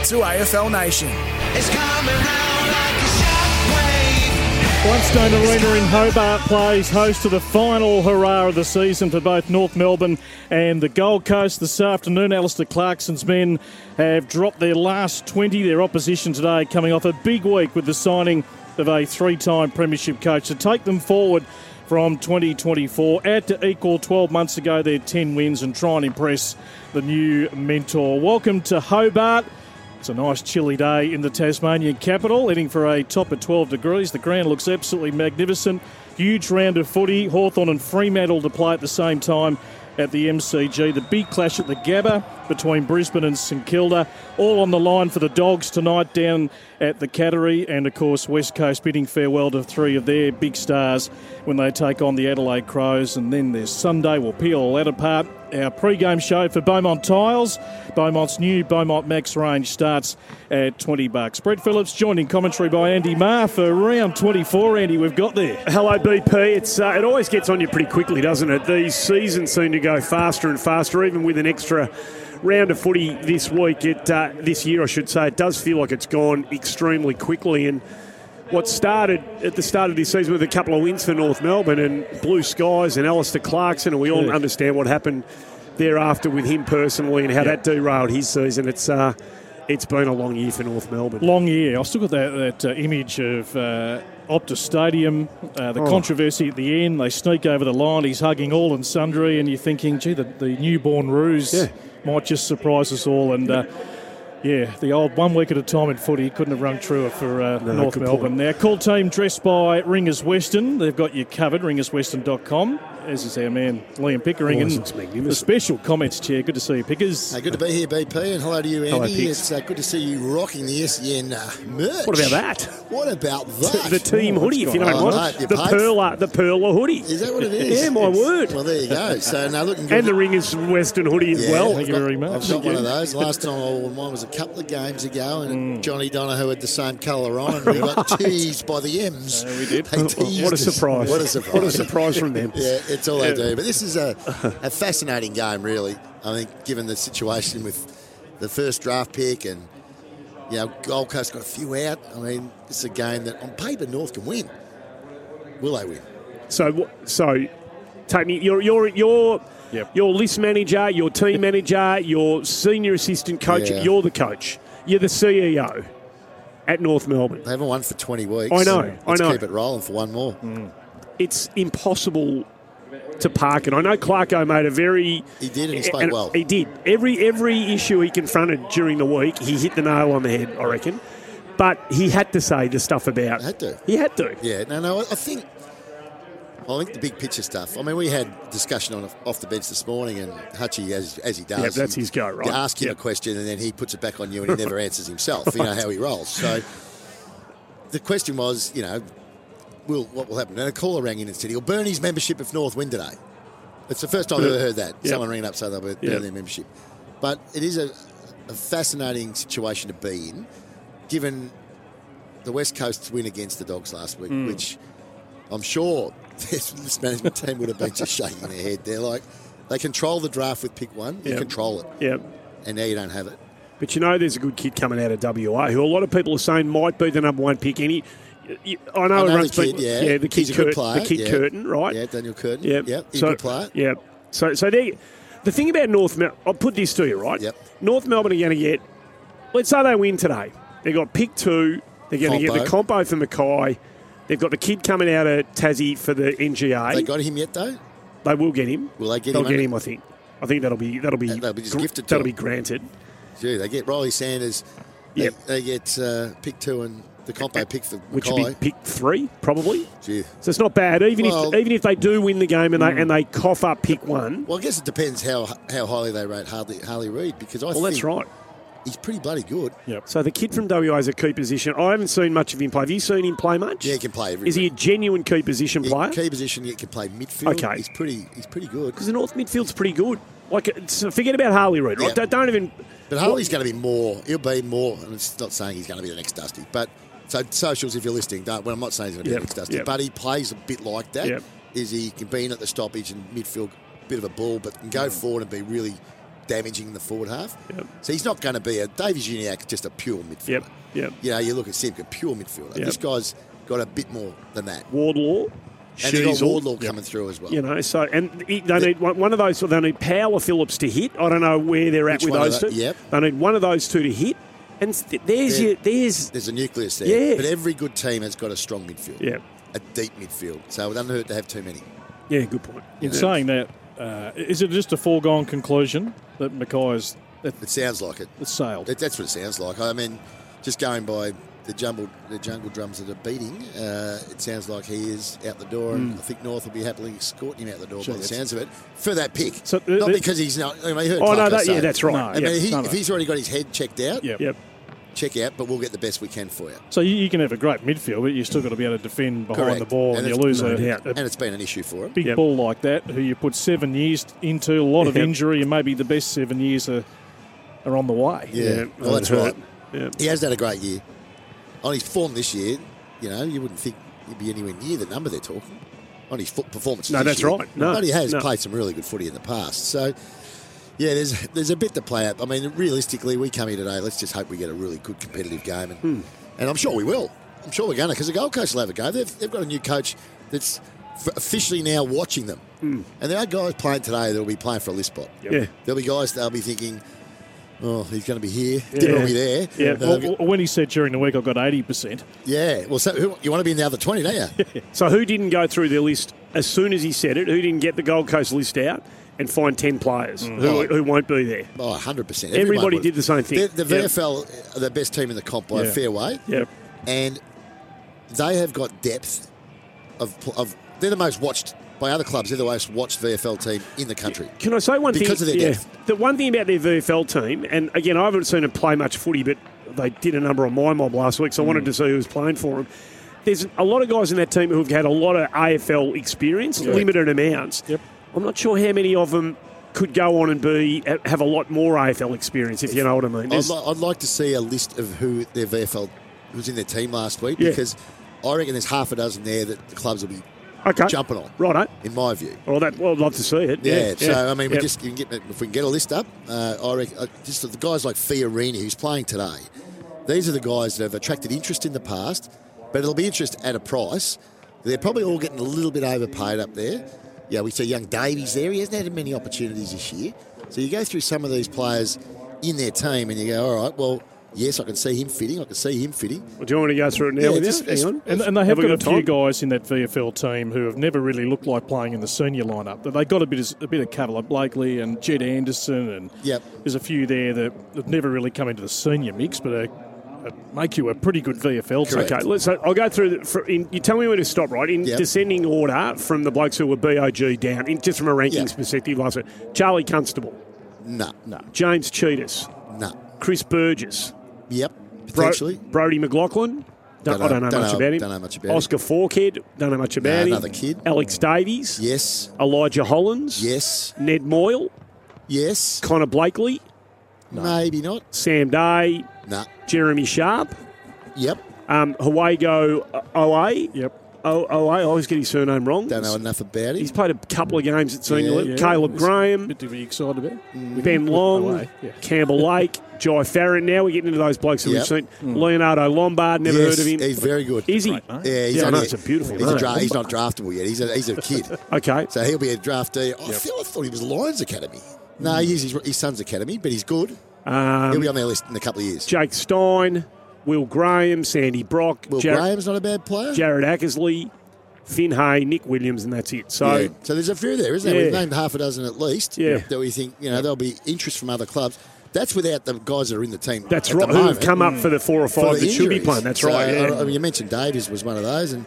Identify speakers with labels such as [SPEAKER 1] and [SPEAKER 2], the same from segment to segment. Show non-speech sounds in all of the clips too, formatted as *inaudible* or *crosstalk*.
[SPEAKER 1] to AFL Nation.
[SPEAKER 2] It's coming round like a shockwave.
[SPEAKER 3] Whitestone Arena in Hobart plays host to the final hurrah of the season for both North Melbourne and the Gold Coast. This afternoon, Alistair Clarkson's men have dropped their last 20. Their opposition today coming off a big week with the signing of a three time Premiership coach to take them forward from 2024. Add to equal 12 months ago their 10 wins and try and impress the new mentor. Welcome to Hobart. It's a nice chilly day in the Tasmanian capital, heading for a top of 12 degrees. The ground looks absolutely magnificent. Huge round of footy. Hawthorn and Fremantle to play at the same time at the MCG. The big clash at the Gabba between Brisbane and St Kilda. All on the line for the Dogs tonight down at the Cattery. And of course, West Coast bidding farewell to three of their big stars when they take on the Adelaide Crows. And then there's Sunday. We'll peel all that apart our pre-game show for Beaumont Tiles. Beaumont's new Beaumont Max range starts at 20 bucks. Brett Phillips joined in commentary by Andy Marr for round 24. Andy, we've got there.
[SPEAKER 4] Hello, BP. It's uh, it always gets on you pretty quickly, doesn't it? These seasons seem to go faster and faster, even with an extra round of footy this week. It uh, this year, I should say, it does feel like it's gone extremely quickly. And what started at the start of this season with a couple of wins for North Melbourne and blue skies and Alistair Clarkson, and we all
[SPEAKER 3] Yeah.
[SPEAKER 4] understand what happened thereafter with him personally and how that derailed his season. It's uh, it's been a long year for North Melbourne.
[SPEAKER 3] Long year. I've still got that, that uh, image of uh, Optus Stadium, uh,
[SPEAKER 4] Oh.
[SPEAKER 3] the controversy at the end. They sneak over the line. He's hugging all and sundry, and you're thinking, gee, the, the newborn ruse
[SPEAKER 4] Yeah.
[SPEAKER 3] might just surprise us all. And uh, yeah, the old one week at a time in footy couldn't have run truer for uh,
[SPEAKER 4] No,
[SPEAKER 3] North
[SPEAKER 4] good
[SPEAKER 3] Melbourne. Now, call team dressed by Ringers Western. They've got you covered, ringerswestern.com. As is our man Liam Pickering.
[SPEAKER 4] Oh,
[SPEAKER 3] and
[SPEAKER 4] this looks magnificent.
[SPEAKER 3] the special comments chair. Good to see you, Pickers.
[SPEAKER 5] Uh, good to be here, BP, and hello to you, Andy.
[SPEAKER 4] Hello, Pix.
[SPEAKER 5] it's uh, good to see you rocking the SEN uh, merch.
[SPEAKER 4] What about that?
[SPEAKER 5] What about
[SPEAKER 4] *laughs*
[SPEAKER 5] that?
[SPEAKER 4] the team hoodie, if you know
[SPEAKER 5] Oh,
[SPEAKER 4] what
[SPEAKER 5] mate, you
[SPEAKER 4] the
[SPEAKER 5] paid-
[SPEAKER 4] perla, the perla hoodie.
[SPEAKER 5] Is that what it is?
[SPEAKER 4] Yeah, my
[SPEAKER 5] It's-
[SPEAKER 4] word.
[SPEAKER 5] Well, there you go. So now looking
[SPEAKER 4] *laughs*
[SPEAKER 5] good.
[SPEAKER 4] and the ring is Western hoodie as
[SPEAKER 5] Yeah,
[SPEAKER 4] well.
[SPEAKER 3] Thank you very much.
[SPEAKER 5] I've got one of those. Last time I wore mine was a couple of games ago, and
[SPEAKER 4] Mm.
[SPEAKER 5] Johnny Donahue had the same colour on,
[SPEAKER 4] *laughs*
[SPEAKER 5] and we got teased by the M's.
[SPEAKER 3] Yeah, we did.
[SPEAKER 5] They teased
[SPEAKER 4] What a
[SPEAKER 5] us.
[SPEAKER 4] surprise!
[SPEAKER 5] What a surprise!
[SPEAKER 4] What a surprise from them.
[SPEAKER 5] Yeah, it's all they do. But this is a, a fascinating game, really. I think, given the situation with the first draft pick and, you know, Gold Coast got a few out. I mean, it's a game that on paper North can win. Will they win?
[SPEAKER 4] So, wh- so take me. Your your your
[SPEAKER 3] Yep.
[SPEAKER 4] your list manager, your team manager, your senior assistant coach.
[SPEAKER 5] Yeah.
[SPEAKER 4] You're the coach. You're the CEO at North Melbourne.
[SPEAKER 5] They haven't won for 20 weeks.
[SPEAKER 4] I know, I
[SPEAKER 5] Let's
[SPEAKER 4] know.
[SPEAKER 5] keep it rolling for one more.
[SPEAKER 4] It's impossible to park it. I know Clarko made a very
[SPEAKER 5] He did, and he spoke well.
[SPEAKER 4] He did. Every every issue he confronted during the week, he hit the nail on the head. I reckon. But he had to say the stuff about.
[SPEAKER 5] Had to.
[SPEAKER 4] He had to.
[SPEAKER 5] Yeah, no, no. I I think, I think the big picture stuff. I mean, we had discussion on off the bench this morning, and Hutchie, as as he does,
[SPEAKER 4] Yep, that's
[SPEAKER 5] he-
[SPEAKER 4] his go, right?
[SPEAKER 5] You ask him
[SPEAKER 4] Yep.
[SPEAKER 5] a question, and then he puts it back on you, and
[SPEAKER 4] *laughs*
[SPEAKER 5] he never answers himself. You know how he rolls. So the question was, you know, will what will happen? And a caller rang in and said he'll burn his membership if North win today. It's the first time I've ever heard that.
[SPEAKER 4] Yep.
[SPEAKER 5] Someone ringing up saying they'll burn
[SPEAKER 4] Yep.
[SPEAKER 5] their membership. But it is a, a fascinating situation to be in, given the West Coast's win against the Dogs last week,
[SPEAKER 4] Mm.
[SPEAKER 5] which I'm sure *laughs* this management team would have been just shaking their head. They're like, they control the draft with pick one, you
[SPEAKER 4] Yeah.
[SPEAKER 5] control it,
[SPEAKER 4] Yeah.
[SPEAKER 5] and now you don't have it.
[SPEAKER 4] But you know, there's a good kid coming out of WA who a lot of people are saying might be the number one pick. Any, I know,
[SPEAKER 5] I know the
[SPEAKER 4] everyone's
[SPEAKER 5] kid,
[SPEAKER 4] been-
[SPEAKER 5] yeah.
[SPEAKER 4] the kid,
[SPEAKER 5] He's a good
[SPEAKER 4] Curt-
[SPEAKER 5] player,
[SPEAKER 4] the kid
[SPEAKER 5] yeah.
[SPEAKER 4] Curtin, right?
[SPEAKER 5] Yeah, Daniel Curtin.
[SPEAKER 4] Yep.
[SPEAKER 5] Yep. He's
[SPEAKER 4] So-
[SPEAKER 5] a good player.
[SPEAKER 4] Yep. So, so they, the thing about North Melbourne, I'll put this to you, right?
[SPEAKER 5] Yep.
[SPEAKER 4] North Melbourne are going to get, let's say they win today. They've got pick two. They're going to get the compo for Mackay. They've got the kid coming out of Tassie for the NGA.
[SPEAKER 5] They got him yet, though?
[SPEAKER 4] They will get him.
[SPEAKER 5] Will they get
[SPEAKER 4] They'll
[SPEAKER 5] him
[SPEAKER 4] get
[SPEAKER 5] under-
[SPEAKER 4] him, I think. I think that'll be that'll be
[SPEAKER 5] That'll be just gifted to
[SPEAKER 4] that'll
[SPEAKER 5] him.
[SPEAKER 4] be granted.
[SPEAKER 5] Gee, they get Riley Sanders.
[SPEAKER 4] Yep.
[SPEAKER 5] They, they get uh, pick two and the compo pick for
[SPEAKER 4] Which
[SPEAKER 5] Mackay.
[SPEAKER 4] would be pick three, probably.
[SPEAKER 5] Gee.
[SPEAKER 4] So it's not bad, even
[SPEAKER 5] Well- Hmm.
[SPEAKER 4] if even if they do win the game and they and they cough up pick one.
[SPEAKER 5] Well, I guess it depends how how highly they rate Harley, Harley Reid because I
[SPEAKER 4] Well,
[SPEAKER 5] think
[SPEAKER 4] that's right.
[SPEAKER 5] he's pretty bloody good.
[SPEAKER 4] So the kid from WA is a key position. I haven't seen much of him play. Have you seen him play much?
[SPEAKER 5] Yeah, he can play everywhere.
[SPEAKER 4] Is he a genuine key position
[SPEAKER 5] He-
[SPEAKER 4] player?
[SPEAKER 5] Key position, he can play midfield.
[SPEAKER 4] Okay.
[SPEAKER 5] He's pretty he's pretty good.
[SPEAKER 4] Because the North midfield's pretty good. Like, it's, forget about Harley Reid. Right?
[SPEAKER 5] Yeah.
[SPEAKER 4] Don't- Don't even.
[SPEAKER 5] But Harley's going to be more. He'll be more. And it's not saying he's going to be the next Dusty, but so socials, if you're listening, don't. Well, I'm not saying he's going to be
[SPEAKER 4] Yep,
[SPEAKER 5] the next Dusty,
[SPEAKER 4] yep.
[SPEAKER 5] but he plays a bit like that. Is
[SPEAKER 4] Yep. Mm.
[SPEAKER 5] he can be in at the stoppage and midfield, bit of a ball, but can go forward and be really damaging the forward half. So he's not going to be a Davies Uniac, just a pure midfielder.
[SPEAKER 4] Yep, yep.
[SPEAKER 5] You know, you look at Simca, pure midfielder.
[SPEAKER 4] Yep.
[SPEAKER 5] This guy's got a bit more than that.
[SPEAKER 4] Wardlaw,
[SPEAKER 5] And they got
[SPEAKER 4] Sheasel.
[SPEAKER 5] Wardlaw coming through as well.
[SPEAKER 4] You know, so and he- they need one one of those. They need Power Phillips to hit. I don't know where they're at
[SPEAKER 5] Which
[SPEAKER 4] with
[SPEAKER 5] one of
[SPEAKER 4] those
[SPEAKER 5] the-
[SPEAKER 4] two.
[SPEAKER 5] yep.
[SPEAKER 4] They need one of those two to hit. And s- th- there's
[SPEAKER 5] Yeah.
[SPEAKER 4] your there's
[SPEAKER 5] There's a nucleus there.
[SPEAKER 4] Yeah.
[SPEAKER 5] But every good team has got a strong midfield.
[SPEAKER 4] yeah
[SPEAKER 5] A deep midfield. So it doesn't hurt to have too many.
[SPEAKER 4] yeah good point.
[SPEAKER 3] In saying that, uh, is it just a foregone conclusion that Mackay's that
[SPEAKER 5] It sounds like it.
[SPEAKER 3] it's sailed?
[SPEAKER 5] That- That's what it sounds like. I mean, just going by the jumbled, the jungle drums that are beating, uh, it sounds like he is out the door, and I think North will be happily escorting him out the door
[SPEAKER 3] Sure,
[SPEAKER 5] by the
[SPEAKER 3] that's-
[SPEAKER 5] sounds of it for that pick.
[SPEAKER 3] So, uh,
[SPEAKER 5] not
[SPEAKER 3] the-
[SPEAKER 5] because he's not. I mean, he heard
[SPEAKER 4] Oh no,
[SPEAKER 5] Clarko
[SPEAKER 4] that,
[SPEAKER 5] say
[SPEAKER 4] yeah,
[SPEAKER 5] it.
[SPEAKER 4] that's right.
[SPEAKER 3] No.
[SPEAKER 5] I
[SPEAKER 4] yeah.
[SPEAKER 5] mean, he,
[SPEAKER 3] no, no.
[SPEAKER 5] if he's already got his head checked out,
[SPEAKER 3] Yep.
[SPEAKER 4] Yep.
[SPEAKER 5] check out, but we'll get the best we can for you.
[SPEAKER 3] So you, you can have a great midfield, but you still got to be able to defend behind
[SPEAKER 5] Correct.
[SPEAKER 3] the ball, and,
[SPEAKER 5] And
[SPEAKER 3] you
[SPEAKER 5] it's-
[SPEAKER 3] lose
[SPEAKER 4] no
[SPEAKER 3] a,
[SPEAKER 4] doubt.
[SPEAKER 3] a
[SPEAKER 5] And it's been an issue for him.
[SPEAKER 3] big
[SPEAKER 4] Yep.
[SPEAKER 3] ball like that, who you put seven years into, a lot of
[SPEAKER 4] Yep.
[SPEAKER 3] injury, and maybe the best seven years are, are on the way.
[SPEAKER 5] Yeah, well, that's
[SPEAKER 4] hurt.
[SPEAKER 5] right.
[SPEAKER 4] Yeah.
[SPEAKER 5] He has had a great year. On his form this year, you know, you wouldn't think he'd be anywhere near the number they're talking. On his foot performance.
[SPEAKER 4] No,
[SPEAKER 5] this
[SPEAKER 4] that's
[SPEAKER 5] year.
[SPEAKER 4] right. No,
[SPEAKER 5] but he has
[SPEAKER 4] no.
[SPEAKER 5] played some really good footy in the past. So, yeah, there's there's a bit to play out. I mean, realistically, we come here today. Let's just hope we get a really good competitive game, and,
[SPEAKER 4] Hmm.
[SPEAKER 5] and I'm sure we will. I'm sure we're going to because the Gold Coast will have a go. They've, they've got a new coach that's f- officially now watching them,
[SPEAKER 4] Hmm.
[SPEAKER 5] and there are guys playing today that will be playing for a list spot.
[SPEAKER 4] Yeah.
[SPEAKER 5] There'll be guys that'll be thinking, "Oh, he's going to be here. Dinner will be there."
[SPEAKER 4] Yeah.
[SPEAKER 5] Uh,
[SPEAKER 3] Well, well, when he said during the week I've got 80%,
[SPEAKER 5] yeah. Well, so who, you want to be in the other
[SPEAKER 4] *laughs*
[SPEAKER 5] twenty, don't you?
[SPEAKER 4] So who didn't go through their list as soon as he said it? Who didn't get the Gold Coast list out and find ten players who,
[SPEAKER 5] Oh.
[SPEAKER 4] who won't be there?
[SPEAKER 5] Oh, 100 percent.
[SPEAKER 4] Everybody did the same thing.
[SPEAKER 5] The, the
[SPEAKER 4] Yep.
[SPEAKER 5] VFL are the best team in the comp by
[SPEAKER 3] Yeah.
[SPEAKER 5] a fair way,
[SPEAKER 4] Yep.
[SPEAKER 5] and they have got depth of, pl- of. They're the most watched by other clubs. They're the most watched VFL team in the country.
[SPEAKER 4] Can I say one
[SPEAKER 5] Because
[SPEAKER 4] thing?
[SPEAKER 5] of their depth.
[SPEAKER 4] The one thing about their VFL team, and again, I haven't seen them play much footy, but they did a number on my mob last week, so I wanted
[SPEAKER 5] Mm.
[SPEAKER 4] to see who was playing for them. There's a lot of guys in that team who've had a lot of AFL experience, limited amounts.
[SPEAKER 3] Yep.
[SPEAKER 4] I'm not sure how many of them could go on and be have a lot more AFL experience, if you know what I mean.
[SPEAKER 5] I'd,
[SPEAKER 4] There's-
[SPEAKER 5] li- I'd like to see a list of who their VFL who's in their team last week
[SPEAKER 4] Yeah.
[SPEAKER 5] because I reckon there's half a dozen there that the clubs will be
[SPEAKER 4] okay.
[SPEAKER 5] jumping on,
[SPEAKER 4] Righto.
[SPEAKER 5] in my view.
[SPEAKER 4] Well, that, well, I'd love to see it.
[SPEAKER 5] Yeah, so I mean, we
[SPEAKER 4] Yep.
[SPEAKER 5] just you can get, if we can get a list up, uh, I reckon uh, just the guys like Fiorini who's playing today. These are the guys that have attracted interest in the past, but it'll be interest at a price. They're probably all getting a little bit overpaid up there. Yeah, we see young Davies there. He hasn't had many opportunities this year. So you go through some of these players in their team, and you go, all right, well, yes, I can see him fitting. I can see him fitting.
[SPEAKER 4] Well, do you want to go through it now
[SPEAKER 5] Yeah,
[SPEAKER 4] with
[SPEAKER 5] just-
[SPEAKER 4] you? Hang on.
[SPEAKER 3] and, and they have,
[SPEAKER 4] we
[SPEAKER 3] got, a few
[SPEAKER 4] time?
[SPEAKER 3] guys in that VFL team who have never really looked like playing in the senior lineup. But they got a bit of, a bit of cover, like Blakely and Jed Anderson, and
[SPEAKER 5] Yep.
[SPEAKER 3] there's a few there that have never really come into the senior mix, but are, are- make you a pretty good VFL team.
[SPEAKER 5] Correct.
[SPEAKER 4] Okay, let's, so I'll go through. The, for, in, you tell me where to stop, right? In
[SPEAKER 5] Yep.
[SPEAKER 4] descending order from the blokes who were BOG down, in, just from a rankings
[SPEAKER 5] Yeah.
[SPEAKER 4] perspective last week. Charlie Constable,
[SPEAKER 5] No, no,
[SPEAKER 4] James Cheetahs,
[SPEAKER 5] no.
[SPEAKER 4] Chris Burgess,
[SPEAKER 5] Yep,
[SPEAKER 4] Bro-
[SPEAKER 5] potentially.
[SPEAKER 4] Brody McLaughlin. Don't,
[SPEAKER 5] Don't
[SPEAKER 4] I don't
[SPEAKER 5] know-
[SPEAKER 4] know,
[SPEAKER 5] don't
[SPEAKER 4] much
[SPEAKER 5] know-
[SPEAKER 4] about him.
[SPEAKER 5] don't know much about him.
[SPEAKER 4] Oscar Forkhead, don't know much about him.
[SPEAKER 5] another kid.
[SPEAKER 4] Alex Davies,
[SPEAKER 5] Yes,
[SPEAKER 4] Elijah Hollins,
[SPEAKER 5] yes,
[SPEAKER 4] Ned Moyle,
[SPEAKER 5] yes.
[SPEAKER 4] Connor Blakely,
[SPEAKER 5] Maybe not.
[SPEAKER 4] Sam Day,
[SPEAKER 5] No.
[SPEAKER 4] Jeremy Sharp,
[SPEAKER 5] Yep.
[SPEAKER 4] um, Huaygo OA.
[SPEAKER 3] Yep.
[SPEAKER 4] O- OA, I always get his surname wrong.
[SPEAKER 5] Don't know enough about him.
[SPEAKER 4] He's played a couple of games at senior
[SPEAKER 5] Yeah,
[SPEAKER 4] level.
[SPEAKER 3] yeah.
[SPEAKER 4] Caleb
[SPEAKER 3] It's-
[SPEAKER 4] Graham,
[SPEAKER 3] Bit to be excited about.
[SPEAKER 5] Mm-hmm.
[SPEAKER 4] Ben Long,
[SPEAKER 3] away, yeah.
[SPEAKER 5] *laughs*
[SPEAKER 4] Campbell Lake, Jai Farron. Now we're getting into those blokes that
[SPEAKER 5] Yep. Mm.
[SPEAKER 4] we've seen. Leonardo Lombard, never
[SPEAKER 5] Yes,
[SPEAKER 4] heard of him.
[SPEAKER 5] He's very good.
[SPEAKER 4] Is he?
[SPEAKER 5] Yeah, he's
[SPEAKER 4] Yeah, I know,
[SPEAKER 5] only-
[SPEAKER 4] it's a beautiful
[SPEAKER 5] He's, a
[SPEAKER 4] name.
[SPEAKER 5] dra- he's not draftable yet. He's a, he's a
[SPEAKER 4] *laughs*
[SPEAKER 5] kid,
[SPEAKER 4] Okay.
[SPEAKER 5] so he'll be a draftee. I, feel, I thought he was Lions Academy. No, he is his, his son's academy, but he's good. he'll
[SPEAKER 4] Hmm. Um,
[SPEAKER 5] be on their list in a couple of years.
[SPEAKER 4] Jake Stein, Will Graham, Sandy Brock,
[SPEAKER 5] Will
[SPEAKER 4] Jar-
[SPEAKER 5] Graham's not a bad player.
[SPEAKER 4] Jared Ackersley, Finn Hay, Nick Williams, and that's it. So,
[SPEAKER 5] yeah. so there's a few there, isn't there?
[SPEAKER 4] Yeah.
[SPEAKER 5] We've named half a dozen at least.
[SPEAKER 4] Yeah.
[SPEAKER 5] That we think you know there'll be interest from other clubs. That's without the guys that are in the team.
[SPEAKER 4] that's
[SPEAKER 5] at the
[SPEAKER 4] right. Who've
[SPEAKER 5] moment.
[SPEAKER 4] come up for the four or
[SPEAKER 5] for
[SPEAKER 4] five
[SPEAKER 5] the
[SPEAKER 4] that should be
[SPEAKER 5] injuries.
[SPEAKER 4] playing. That's
[SPEAKER 5] So,
[SPEAKER 4] right. Yeah.
[SPEAKER 5] I- I mean, you mentioned Davies was one of those, and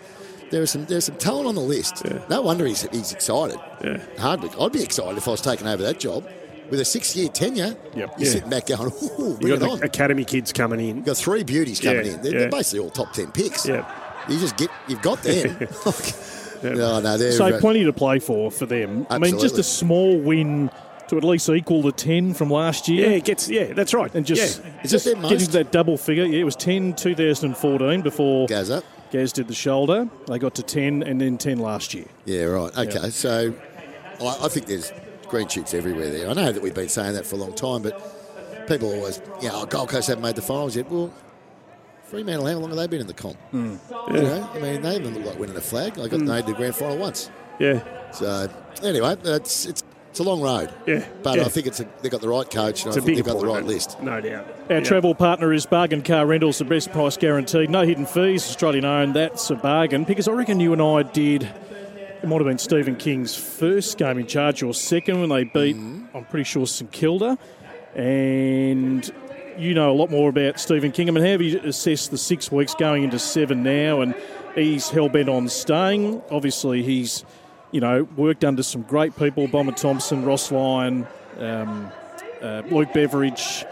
[SPEAKER 5] there was some there's some talent on the list. No wonder he's, he's excited.
[SPEAKER 4] Yeah.
[SPEAKER 5] Hardwick, I'd be excited if I was taking over that job with a six year tenure. Yep. You're
[SPEAKER 4] Yeah.
[SPEAKER 5] sitting back going, Ooh, bring
[SPEAKER 4] You've
[SPEAKER 5] it
[SPEAKER 4] got
[SPEAKER 5] on.
[SPEAKER 4] the academy kids coming in.
[SPEAKER 5] You've got three beauties coming
[SPEAKER 4] Yeah,
[SPEAKER 5] in. They're,
[SPEAKER 4] yeah.
[SPEAKER 5] they're basically all top ten picks.
[SPEAKER 4] Yeah.
[SPEAKER 5] You just get you've got
[SPEAKER 4] *laughs*
[SPEAKER 5] them. *laughs* No, no, they're
[SPEAKER 3] So
[SPEAKER 5] uh,
[SPEAKER 3] plenty to play for for them. I mean, just
[SPEAKER 5] Absolutely.
[SPEAKER 3] a small win to at least equal the 10 from last year.
[SPEAKER 4] Yeah, it gets. Yeah, that's right.
[SPEAKER 3] And just,
[SPEAKER 4] yeah.
[SPEAKER 5] Is
[SPEAKER 3] just
[SPEAKER 5] that their
[SPEAKER 3] getting
[SPEAKER 5] most?
[SPEAKER 3] to that double figure. Yeah, it was 10 2014 before
[SPEAKER 5] goes up.
[SPEAKER 3] Gaz did the shoulder. They got to 10 and then 10 last year.
[SPEAKER 5] Yeah, right. Okay, so I, I think there's green sheets everywhere there. I know that we've been saying that for a long time, but people always, you know, oh, Gold Coast haven't made the finals yet. Well, Fremantle, how long have they been in the comp?
[SPEAKER 4] Hmm.
[SPEAKER 5] You know, I mean, they haven't looked like winning a flag. I got made the grand final once.
[SPEAKER 4] Yeah,
[SPEAKER 5] So anyway, it's it's it's a long road.
[SPEAKER 4] Yeah,
[SPEAKER 5] but
[SPEAKER 4] yeah.
[SPEAKER 5] I think it's a, they got the right coach.
[SPEAKER 4] it's
[SPEAKER 5] And
[SPEAKER 4] a
[SPEAKER 5] I think
[SPEAKER 4] big
[SPEAKER 5] they've got the right
[SPEAKER 4] appointment,
[SPEAKER 5] list.
[SPEAKER 4] no doubt.
[SPEAKER 3] Our
[SPEAKER 4] Yeah.
[SPEAKER 3] travel partner is Bargain Car Rentals, the best price guaranteed. No hidden fees, Australian owned. That's a bargain because I reckon you and I did. It might have been Stephen King's first game in charge or second when they beat, I'm pretty sure, St Kilda. And you know a lot more about Stephen King. I mean, how have you assessed the six weeks going into seven now? And he's hell bent on staying. Obviously, he's, you know, worked under some great people Bomber Thompson, Ross Lyon, um, uh, Luke Beveridge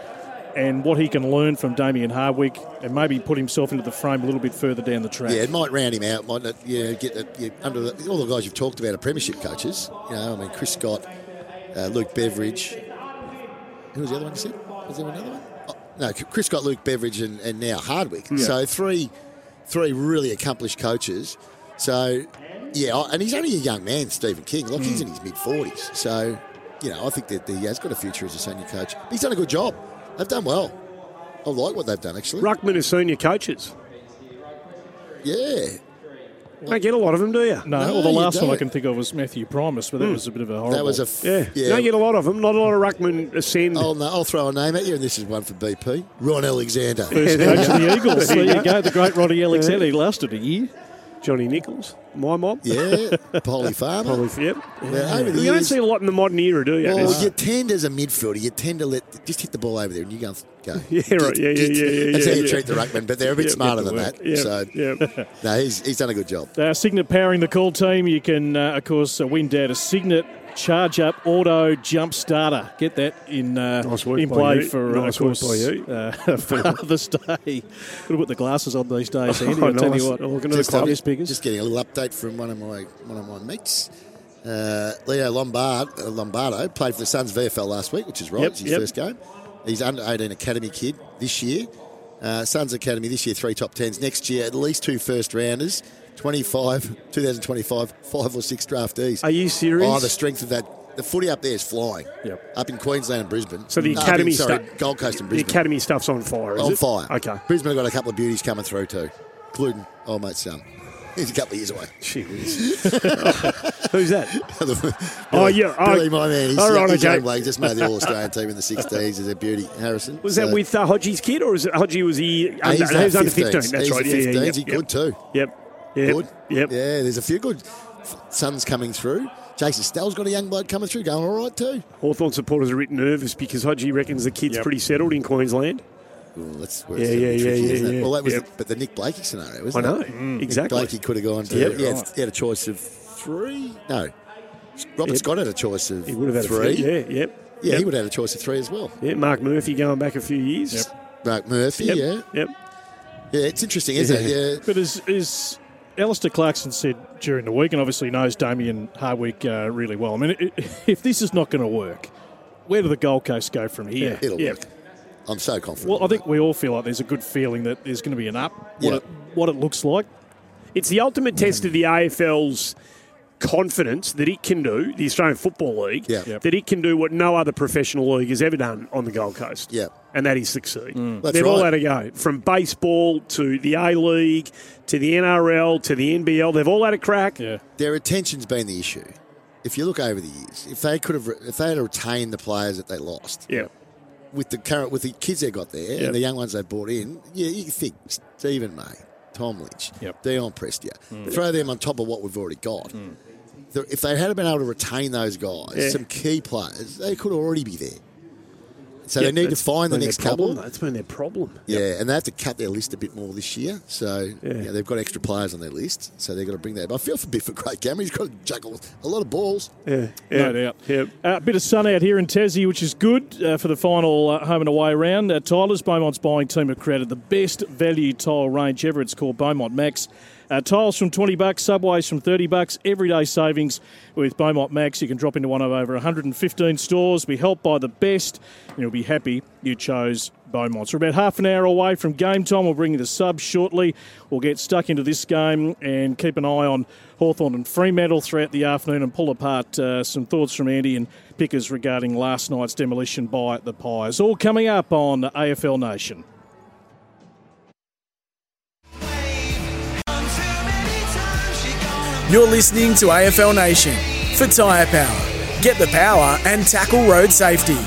[SPEAKER 3] and what he can learn from Damien Hardwick and maybe put himself into the frame a little bit further down the track.
[SPEAKER 5] Yeah, it might round him out. Might not, you know, get the, you, under the, all the guys you've talked about are premiership coaches. You know, I mean, Chris Scott, uh, Luke Beveridge. Who was the other one you said? Was there another one? Oh, no, C- Chris Scott, Luke Beveridge, and, and now Hardwick. So three, three really accomplished coaches. So yeah, I- and he's only a young man, Stephen King. Look, he's in his mid forties. So you know, I think that he has got a future as a senior coach. But he's done a good job. They've done well. I like what they've done actually.
[SPEAKER 4] Ruckman are senior coaches.
[SPEAKER 5] Yeah.
[SPEAKER 4] You Don't get a lot of them, do you?
[SPEAKER 3] No,
[SPEAKER 5] No,
[SPEAKER 3] well, the
[SPEAKER 5] you
[SPEAKER 3] last one I
[SPEAKER 5] don't. Hmm.
[SPEAKER 3] can think of was Matthew Primus, but that was a bit of a horrible.
[SPEAKER 5] That was a f-
[SPEAKER 4] Yeah. You Don't get a lot of them. Not a lot of Ruckman ascend.
[SPEAKER 5] I'll, I'll throw a name at you, and this is one for BP. Ron Alexander.
[SPEAKER 3] first coach
[SPEAKER 5] *laughs*
[SPEAKER 3] of the Eagles. There you go, the great Roddy Alexander. He lasted a year.
[SPEAKER 4] Johnny Nichols, my mob.
[SPEAKER 5] yeah, Polly Farmer.
[SPEAKER 4] Probably, yep.
[SPEAKER 5] Now, over the
[SPEAKER 4] You don't
[SPEAKER 5] years,
[SPEAKER 4] see a lot in the modern era, do you?
[SPEAKER 5] well,
[SPEAKER 4] There's-
[SPEAKER 5] you tend as a midfielder, you tend to let just hit the ball over there, and you go. go
[SPEAKER 4] *laughs* Yeah, right. Yeah, yeah, yeah, yeah,
[SPEAKER 5] That's
[SPEAKER 4] yeah,
[SPEAKER 5] how you
[SPEAKER 4] yeah.
[SPEAKER 5] treat the ruckman, but they're a bit smarter than that.
[SPEAKER 4] yeah,
[SPEAKER 5] So *laughs*
[SPEAKER 4] yeah.
[SPEAKER 5] no, he's, he's done a good job.
[SPEAKER 3] Uh, Signet powering the call team. You can, uh, of course, uh, win down a Signet Charge Up Auto Jump Starter. Get that in uh,
[SPEAKER 4] Nice work
[SPEAKER 3] in
[SPEAKER 4] by
[SPEAKER 3] play
[SPEAKER 4] you.
[SPEAKER 3] for, uh,
[SPEAKER 4] Nice
[SPEAKER 3] of
[SPEAKER 4] work by
[SPEAKER 3] course,
[SPEAKER 4] you.
[SPEAKER 3] uh, *laughs*
[SPEAKER 4] *laughs*
[SPEAKER 3] Father's Day. Got to put the glasses on these days, Andy.
[SPEAKER 4] Oh,
[SPEAKER 3] I tell
[SPEAKER 4] nice.
[SPEAKER 3] you what.
[SPEAKER 4] Oh, look, another
[SPEAKER 3] Just, uh,
[SPEAKER 4] club.
[SPEAKER 3] yes, Biggers.
[SPEAKER 5] Just getting a little update from one of my one of my mates. Uh, Leo Lombard, uh, Lombardo played for the Suns VFL last week, which is right.
[SPEAKER 3] Yep,
[SPEAKER 5] it's his
[SPEAKER 3] yep.
[SPEAKER 5] first game. He's under 18 academy kid this year. Uh, Suns Academy this year, three top tens. Next year, at least two first rounders. 25, *laughs* 2025, five or six draftees.
[SPEAKER 4] Are you serious?
[SPEAKER 5] Oh, the strength of that. The footy up there is flying.
[SPEAKER 3] Yep.
[SPEAKER 5] Up in Queensland and Brisbane.
[SPEAKER 4] so the
[SPEAKER 5] No, up in-
[SPEAKER 4] academy
[SPEAKER 5] sorry,
[SPEAKER 4] stu-
[SPEAKER 5] Gold Coast and Brisbane
[SPEAKER 4] The academy stuff's on fire. Is
[SPEAKER 5] on
[SPEAKER 4] it?
[SPEAKER 5] fire. *laughs*
[SPEAKER 4] Okay.
[SPEAKER 5] Brisbane have got a couple of beauties coming through too, including old mate son. He's a couple of years away. *laughs*
[SPEAKER 4] Gee whiz. *laughs* Who's that?
[SPEAKER 5] Billy,
[SPEAKER 4] Oh, yeah, oh,
[SPEAKER 5] Billy, my man. He's,
[SPEAKER 4] all
[SPEAKER 5] all
[SPEAKER 4] right,
[SPEAKER 5] right, he's
[SPEAKER 4] okay.
[SPEAKER 5] young bloke, just made the All Australian team in the 16s. He's a beauty, Harrison.
[SPEAKER 4] Was
[SPEAKER 5] So-
[SPEAKER 4] that with uh, Hodgie's kid, or is it Hodgie? Was he?
[SPEAKER 5] No,
[SPEAKER 4] Under, he was under 15.
[SPEAKER 5] 15s.
[SPEAKER 4] That's
[SPEAKER 5] he's
[SPEAKER 4] right.
[SPEAKER 5] the
[SPEAKER 4] Yeah,
[SPEAKER 5] 15s.
[SPEAKER 4] yeah,
[SPEAKER 5] He's
[SPEAKER 4] yep,
[SPEAKER 5] good too.
[SPEAKER 4] Yep. Yep.
[SPEAKER 5] Good.
[SPEAKER 4] Yep.
[SPEAKER 5] Yeah, there's a few good f- sons coming through. Jason Stell's got a young bloke coming through, going all right too.
[SPEAKER 4] Hawthorn supporters are a bit nervous because Hodgie reckons the kid's
[SPEAKER 3] Yep.
[SPEAKER 4] pretty settled in Queensland.
[SPEAKER 5] Well, that's where it's
[SPEAKER 4] Yeah,
[SPEAKER 5] gonna be
[SPEAKER 4] yeah,
[SPEAKER 5] tricky,
[SPEAKER 4] yeah,
[SPEAKER 5] isn't
[SPEAKER 4] yeah,
[SPEAKER 5] it? Well, that was,
[SPEAKER 4] yeah.
[SPEAKER 5] the, but the Nick Blakey scenario,
[SPEAKER 4] I
[SPEAKER 5] wasn't it?
[SPEAKER 4] know. Mm. Exactly.
[SPEAKER 5] Blakey could have gone to.
[SPEAKER 4] Yeah,
[SPEAKER 5] he, had,
[SPEAKER 3] right.
[SPEAKER 5] he had a choice of three. No, Robert Scott had a choice of
[SPEAKER 4] He would have had
[SPEAKER 5] three.
[SPEAKER 4] a few. Yeah. Yep.
[SPEAKER 5] Yeah,
[SPEAKER 4] Yep.
[SPEAKER 5] he would have had a choice of three as well.
[SPEAKER 4] Yeah, Mark Murphy going back a few years.
[SPEAKER 5] Mark Murphy,
[SPEAKER 4] Yep.
[SPEAKER 5] yeah.
[SPEAKER 4] Yep.
[SPEAKER 5] Yeah, it's interesting, isn't it? Yeah.
[SPEAKER 3] But as, as Alistair Clarkson said during the week, and obviously knows Damien Hardwick uh, really well, I mean, i if this is not going to work, where do the Gold Coast go from here?
[SPEAKER 5] It'll
[SPEAKER 4] Yeah.
[SPEAKER 5] work. I'm so confident.
[SPEAKER 3] Well, I think we all feel like there's a good feeling that there's going to be an up, what,
[SPEAKER 5] Yeah.
[SPEAKER 3] it, what it looks like.
[SPEAKER 4] It's the ultimate test of the AFL's confidence that it can do, the Australian Football League,
[SPEAKER 5] Yeah. Yep.
[SPEAKER 4] that it can do what no other professional league has ever done on the Gold Coast.
[SPEAKER 5] Yeah.
[SPEAKER 4] And that is succeed.
[SPEAKER 5] That's
[SPEAKER 4] They've all
[SPEAKER 5] right.
[SPEAKER 4] had a go. From baseball to the A League to the NRL to the NBL, they've all had a crack.
[SPEAKER 3] Yeah.
[SPEAKER 5] their attention's been the issue. If you look over the years, if they could have, re- if they had retained the players that they lost
[SPEAKER 4] Yeah.
[SPEAKER 5] with the current, with the kids they got there
[SPEAKER 4] Yeah.
[SPEAKER 5] and the young ones they brought in, yeah, you think Stephen May, Tom Lynch,
[SPEAKER 3] Yep.
[SPEAKER 5] Dion Prestia, throw them on top of what we've already got. The- If they had been able to retain those guys,
[SPEAKER 4] Yeah.
[SPEAKER 5] some key players, they could already be there. So
[SPEAKER 4] Yeah,
[SPEAKER 5] they need to
[SPEAKER 4] that's
[SPEAKER 5] find the
[SPEAKER 4] been their
[SPEAKER 5] next
[SPEAKER 4] problem.
[SPEAKER 5] couple.
[SPEAKER 4] That's been their problem.
[SPEAKER 5] Yeah, and they have to cut their list a bit more this year. So yeah, they've got extra players on their list, so they've got to bring that. But I feel for bit for Craig Cameron. He's got to juggle a lot of balls.
[SPEAKER 4] Yeah.
[SPEAKER 3] No
[SPEAKER 4] Yeah.
[SPEAKER 3] doubt.
[SPEAKER 4] Yep.
[SPEAKER 3] Uh, a bit of sun out here in Tassie, which is good uh, for the final uh, home and away round. Uh, Tyler's Beaumont's buying team have created the best value tile range ever. It's called Beaumont Max. Uh, tiles from 20 bucks, subways from 30 bucks, everyday savings with Beaumont Max. You can drop into one of over 115 stores, be helped by the best, and you'll be happy you chose Beaumonts. We're about half an hour away from game time. We'll bring you the sub shortly. We'll get stuck into this game and keep an eye on Hawthorn and Fremantle throughout the afternoon and pull apart uh, some thoughts from Andy and Pickers regarding last night's demolition by the Pies. All coming up on AFL Nation.
[SPEAKER 1] You're listening to AFL Nation for Tyre Power. Get the power and tackle road safety.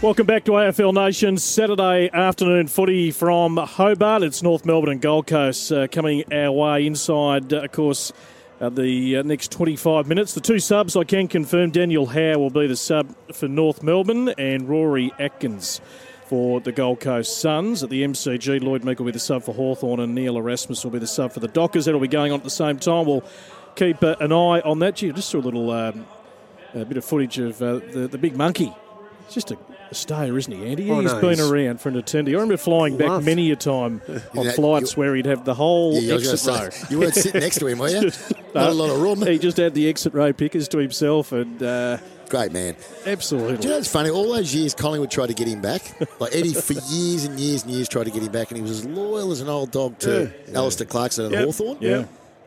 [SPEAKER 3] Welcome back to AFL Nation. Saturday afternoon footy from Hobart. It's North Melbourne and Gold Coast uh, coming our way inside, uh, of course, uh, the uh, next 25 minutes. The two subs I can confirm Daniel Howe will be the sub for North Melbourne and Rory Atkins for the Gold Coast Suns. At the MCG, Lloyd Meek will be the sub for Hawthorn and Neil Erasmus will be the sub for the Dockers. That'll be going on at the same time. We'll keep uh, an eye on that. Gee, I just saw a little um, a bit of footage of uh, the, the big monkey. He's just a, a stayer, isn't he, Andy?
[SPEAKER 6] Oh,
[SPEAKER 3] He's
[SPEAKER 6] no,
[SPEAKER 3] been
[SPEAKER 6] he's-
[SPEAKER 3] around for an eternity. I remember flying back
[SPEAKER 4] Loved.
[SPEAKER 3] many a time
[SPEAKER 5] *laughs*
[SPEAKER 3] on
[SPEAKER 5] Yeah,
[SPEAKER 3] flights where he'd have the whole
[SPEAKER 5] Yeah, I was
[SPEAKER 3] exit row.
[SPEAKER 5] gonna say, you weren't sitting next to him, were you? Not a lot of room.
[SPEAKER 3] He just had the exit row pickers to himself, and uh,
[SPEAKER 5] Great man. Do you
[SPEAKER 3] absolutely.
[SPEAKER 5] know what's funny? All those years, Collingwood tried to get him back. Like
[SPEAKER 4] *laughs*
[SPEAKER 5] Eddie, for years and years and years, tried to get him back, and he was as loyal as an old dog to Alistair Clarkson and
[SPEAKER 4] Yep.
[SPEAKER 5] Hawthorn.
[SPEAKER 3] Yeah.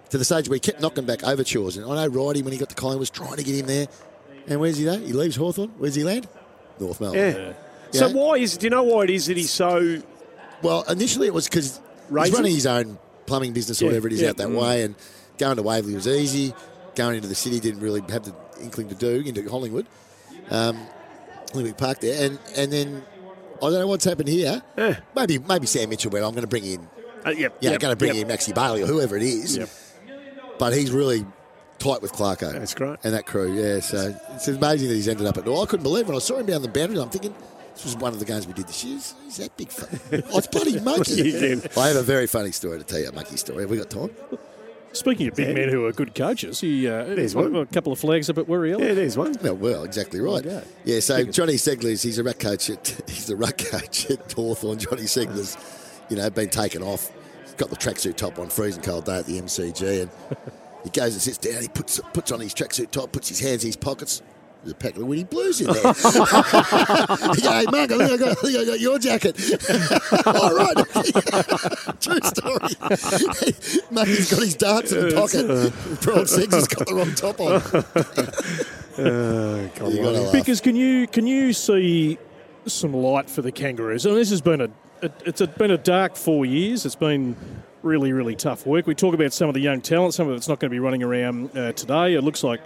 [SPEAKER 5] To the stage where he kept knocking back overtures. And I know Ridey, when he got to Collingwood, was trying to get him there. And where's he though? He leaves Hawthorn. Where's he land? North
[SPEAKER 4] Yeah.
[SPEAKER 5] Melbourne.
[SPEAKER 4] So
[SPEAKER 5] Yeah.
[SPEAKER 4] why is? Do you know why it is that he's so?
[SPEAKER 5] Well, initially it was because he's
[SPEAKER 4] Raising?
[SPEAKER 5] running his own plumbing business or
[SPEAKER 4] Yeah,
[SPEAKER 5] whatever it is
[SPEAKER 4] yeah. Mm.
[SPEAKER 5] out that way, and going to Waverley was easy. Going into the city didn't really have the inkling to do into Collingwood, um, Olympic Park there, and and then I don't know what's happened here.
[SPEAKER 4] Yeah.
[SPEAKER 5] Maybe maybe Sam Mitchell went. I'm going to bring in
[SPEAKER 4] Uh, yep,
[SPEAKER 5] yeah,
[SPEAKER 4] yep,
[SPEAKER 5] going to bring
[SPEAKER 4] yep.
[SPEAKER 5] in Maxi Bailey or whoever it is.
[SPEAKER 4] Yep.
[SPEAKER 5] But he's really tight with Clarko.
[SPEAKER 4] That's great.
[SPEAKER 5] And that crew, yeah. So it's amazing that he's ended up at all. I couldn't believe when I saw him down the boundary. I'm thinking this was one of the games we did this year. He's he's that
[SPEAKER 4] *laughs*
[SPEAKER 5] big. Fun. oh, it's bloody monkey.
[SPEAKER 4] Monkey again.
[SPEAKER 5] I have a very funny story to tell you. A monkey story. Have we got time?
[SPEAKER 3] Speaking of big men who are good coaches, he uh,
[SPEAKER 4] There's
[SPEAKER 3] what,
[SPEAKER 4] one.
[SPEAKER 3] a couple of flags up at Wirreal.
[SPEAKER 4] Yeah, there's one.
[SPEAKER 5] *laughs* No, well, exactly right.
[SPEAKER 4] yeah.
[SPEAKER 5] Yeah, so Johnny Seglers, he's a ruck coach at *laughs* he's the ruck coach at Hawthorn. Johnny Seglers, you know, been taken off. He's got the tracksuit top on, freezing cold day at the MCG, and he goes and sits down. He puts puts on his tracksuit top, puts his hands in his pockets. There's a packet of Winnie Blues in there. *laughs* he goes, hey, Mark, I think I, got, I think I got your jacket. *laughs* All right. *laughs* True *laughs* story. Mark, he's got his darts in the pocket. Broad Segs has got the wrong top on.
[SPEAKER 4] Uh, God,
[SPEAKER 5] You gotta laugh.
[SPEAKER 3] Because can you can you see some light for the Kangaroos? And this has been a it, it's a, been a dark four years. It's been really really tough work. We talk about some of the young talent. Some of it's not going to be running around uh, today. It looks like.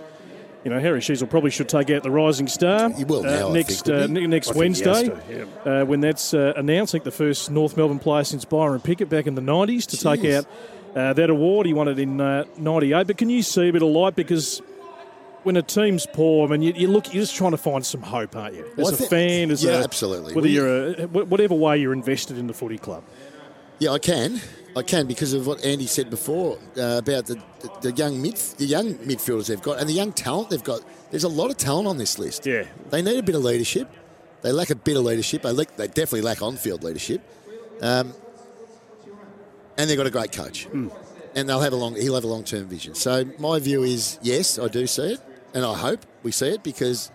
[SPEAKER 3] You know, Harry Sheasel probably should take out the Rising Star
[SPEAKER 5] He will now, I
[SPEAKER 3] next
[SPEAKER 5] think,
[SPEAKER 3] uh,
[SPEAKER 5] wouldn't
[SPEAKER 3] ne- next
[SPEAKER 4] I think he has
[SPEAKER 3] Wednesday
[SPEAKER 4] to,
[SPEAKER 3] uh, when that's uh, announced. I think the first North Melbourne player since Byron Pickett back in the 90s to take
[SPEAKER 5] Jeez.
[SPEAKER 3] out uh, that award. He won it in uh, 98. But can you see a bit of light? Because when a team's poor, I mean, you, you look, you're just trying to find some hope, aren't you? As
[SPEAKER 5] Well, I
[SPEAKER 3] a
[SPEAKER 5] think-
[SPEAKER 3] fan, as
[SPEAKER 5] yeah,
[SPEAKER 3] a,
[SPEAKER 5] absolutely.
[SPEAKER 3] Whether
[SPEAKER 5] We-
[SPEAKER 3] you're a, wh- whatever way you're invested in the footy club,
[SPEAKER 5] Yeah, I can. I can because of what Andy said before uh, about the, the, the young mid the young midfielders they've got and the young talent they've got. There's a lot of talent on this list.
[SPEAKER 4] Yeah.
[SPEAKER 5] they need a bit of leadership. They lack a bit of leadership. They lack, they definitely lack on-field leadership. Um, and they've got a great coach, and they'll have a long he'll have a long-term vision. So my view is yes, I do see it, and I hope we see it because.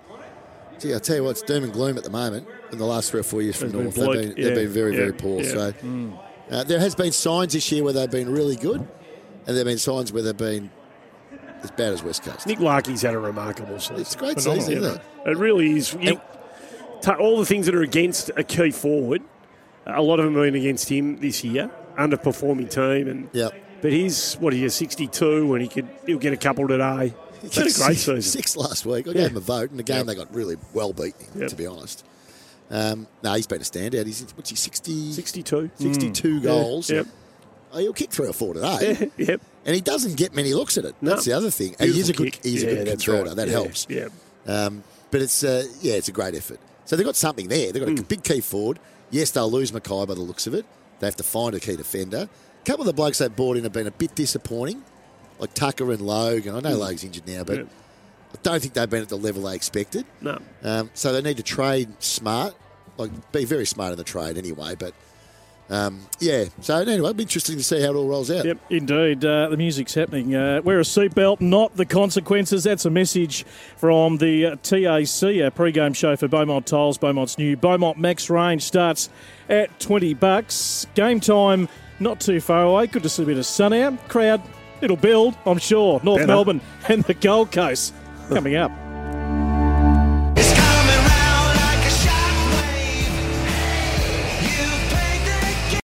[SPEAKER 5] Gee, I tell you what, it's doom and gloom at the moment. In the last three or four years from
[SPEAKER 4] It's been
[SPEAKER 5] North, they've
[SPEAKER 4] bleak,
[SPEAKER 5] been,
[SPEAKER 4] yeah,
[SPEAKER 5] they've been very,
[SPEAKER 4] yeah,
[SPEAKER 5] very poor.
[SPEAKER 4] yeah. Mm.
[SPEAKER 5] So uh, there has been signs this year where they've been really good, and there have been signs where they've been as bad as West Coast.
[SPEAKER 4] Nick Larkey's had a remarkable season.
[SPEAKER 5] It's a great
[SPEAKER 3] Phenomenal,
[SPEAKER 5] season, isn't it?
[SPEAKER 4] It really is. You, ta- all the things that are against a key forward, a lot of them have been against him this year. Underperforming team, and
[SPEAKER 5] Yeah.
[SPEAKER 4] But he's what he is sixty two, and he could he'll get a couple today. It's had a great
[SPEAKER 5] Six-
[SPEAKER 4] season.
[SPEAKER 5] Six last week. I
[SPEAKER 4] Yeah.
[SPEAKER 5] gave him a vote, and the game they got really well beaten,
[SPEAKER 4] Yep.
[SPEAKER 5] to be honest. Um, no, he's been a standout. He's what's he 60,
[SPEAKER 4] 62 two.
[SPEAKER 5] 62 goals.
[SPEAKER 4] Mm. Yep.
[SPEAKER 5] Oh, he'll kick three or four today,
[SPEAKER 4] yep.
[SPEAKER 5] and he doesn't get many looks at it.
[SPEAKER 4] No.
[SPEAKER 5] That's the other thing. And he's a
[SPEAKER 4] Beautiful
[SPEAKER 5] good,
[SPEAKER 4] kick.
[SPEAKER 5] he's
[SPEAKER 4] Yeah,
[SPEAKER 5] a good
[SPEAKER 4] that's
[SPEAKER 5] controller.
[SPEAKER 4] right.
[SPEAKER 5] That
[SPEAKER 4] Yeah,
[SPEAKER 5] helps.
[SPEAKER 4] Yeah.
[SPEAKER 5] Um, but it's uh, yeah, it's a great effort. So they've got something there. They've got
[SPEAKER 4] Mm.
[SPEAKER 5] a big key forward. Yes, they'll lose Mackay by the looks of it. They have to find a key defender. A couple of the blokes they brought in have been a bit disappointing, like Tucker and Logue. And I know Logue's injured now, but
[SPEAKER 4] Mm. Yeah.
[SPEAKER 5] I don't think they've been at the level they expected.
[SPEAKER 4] No.
[SPEAKER 5] Um, so they need to trade smart, like be very smart in the trade anyway. But Um, yeah, so anyway, it'll be interesting to see how it all rolls out.
[SPEAKER 3] Yep, indeed. Uh, the music's happening. Uh, wear a seatbelt, not the consequences. That's a message from the uh, TAC, our pre-game show for Beaumont Tiles. Beaumont's new Beaumont Max range starts at 20 bucks. Game time, not too far away. Good to see a bit of sun out. Crowd, it'll build, I'm sure. North
[SPEAKER 4] Better.
[SPEAKER 3] Melbourne and the Gold Coast coming up.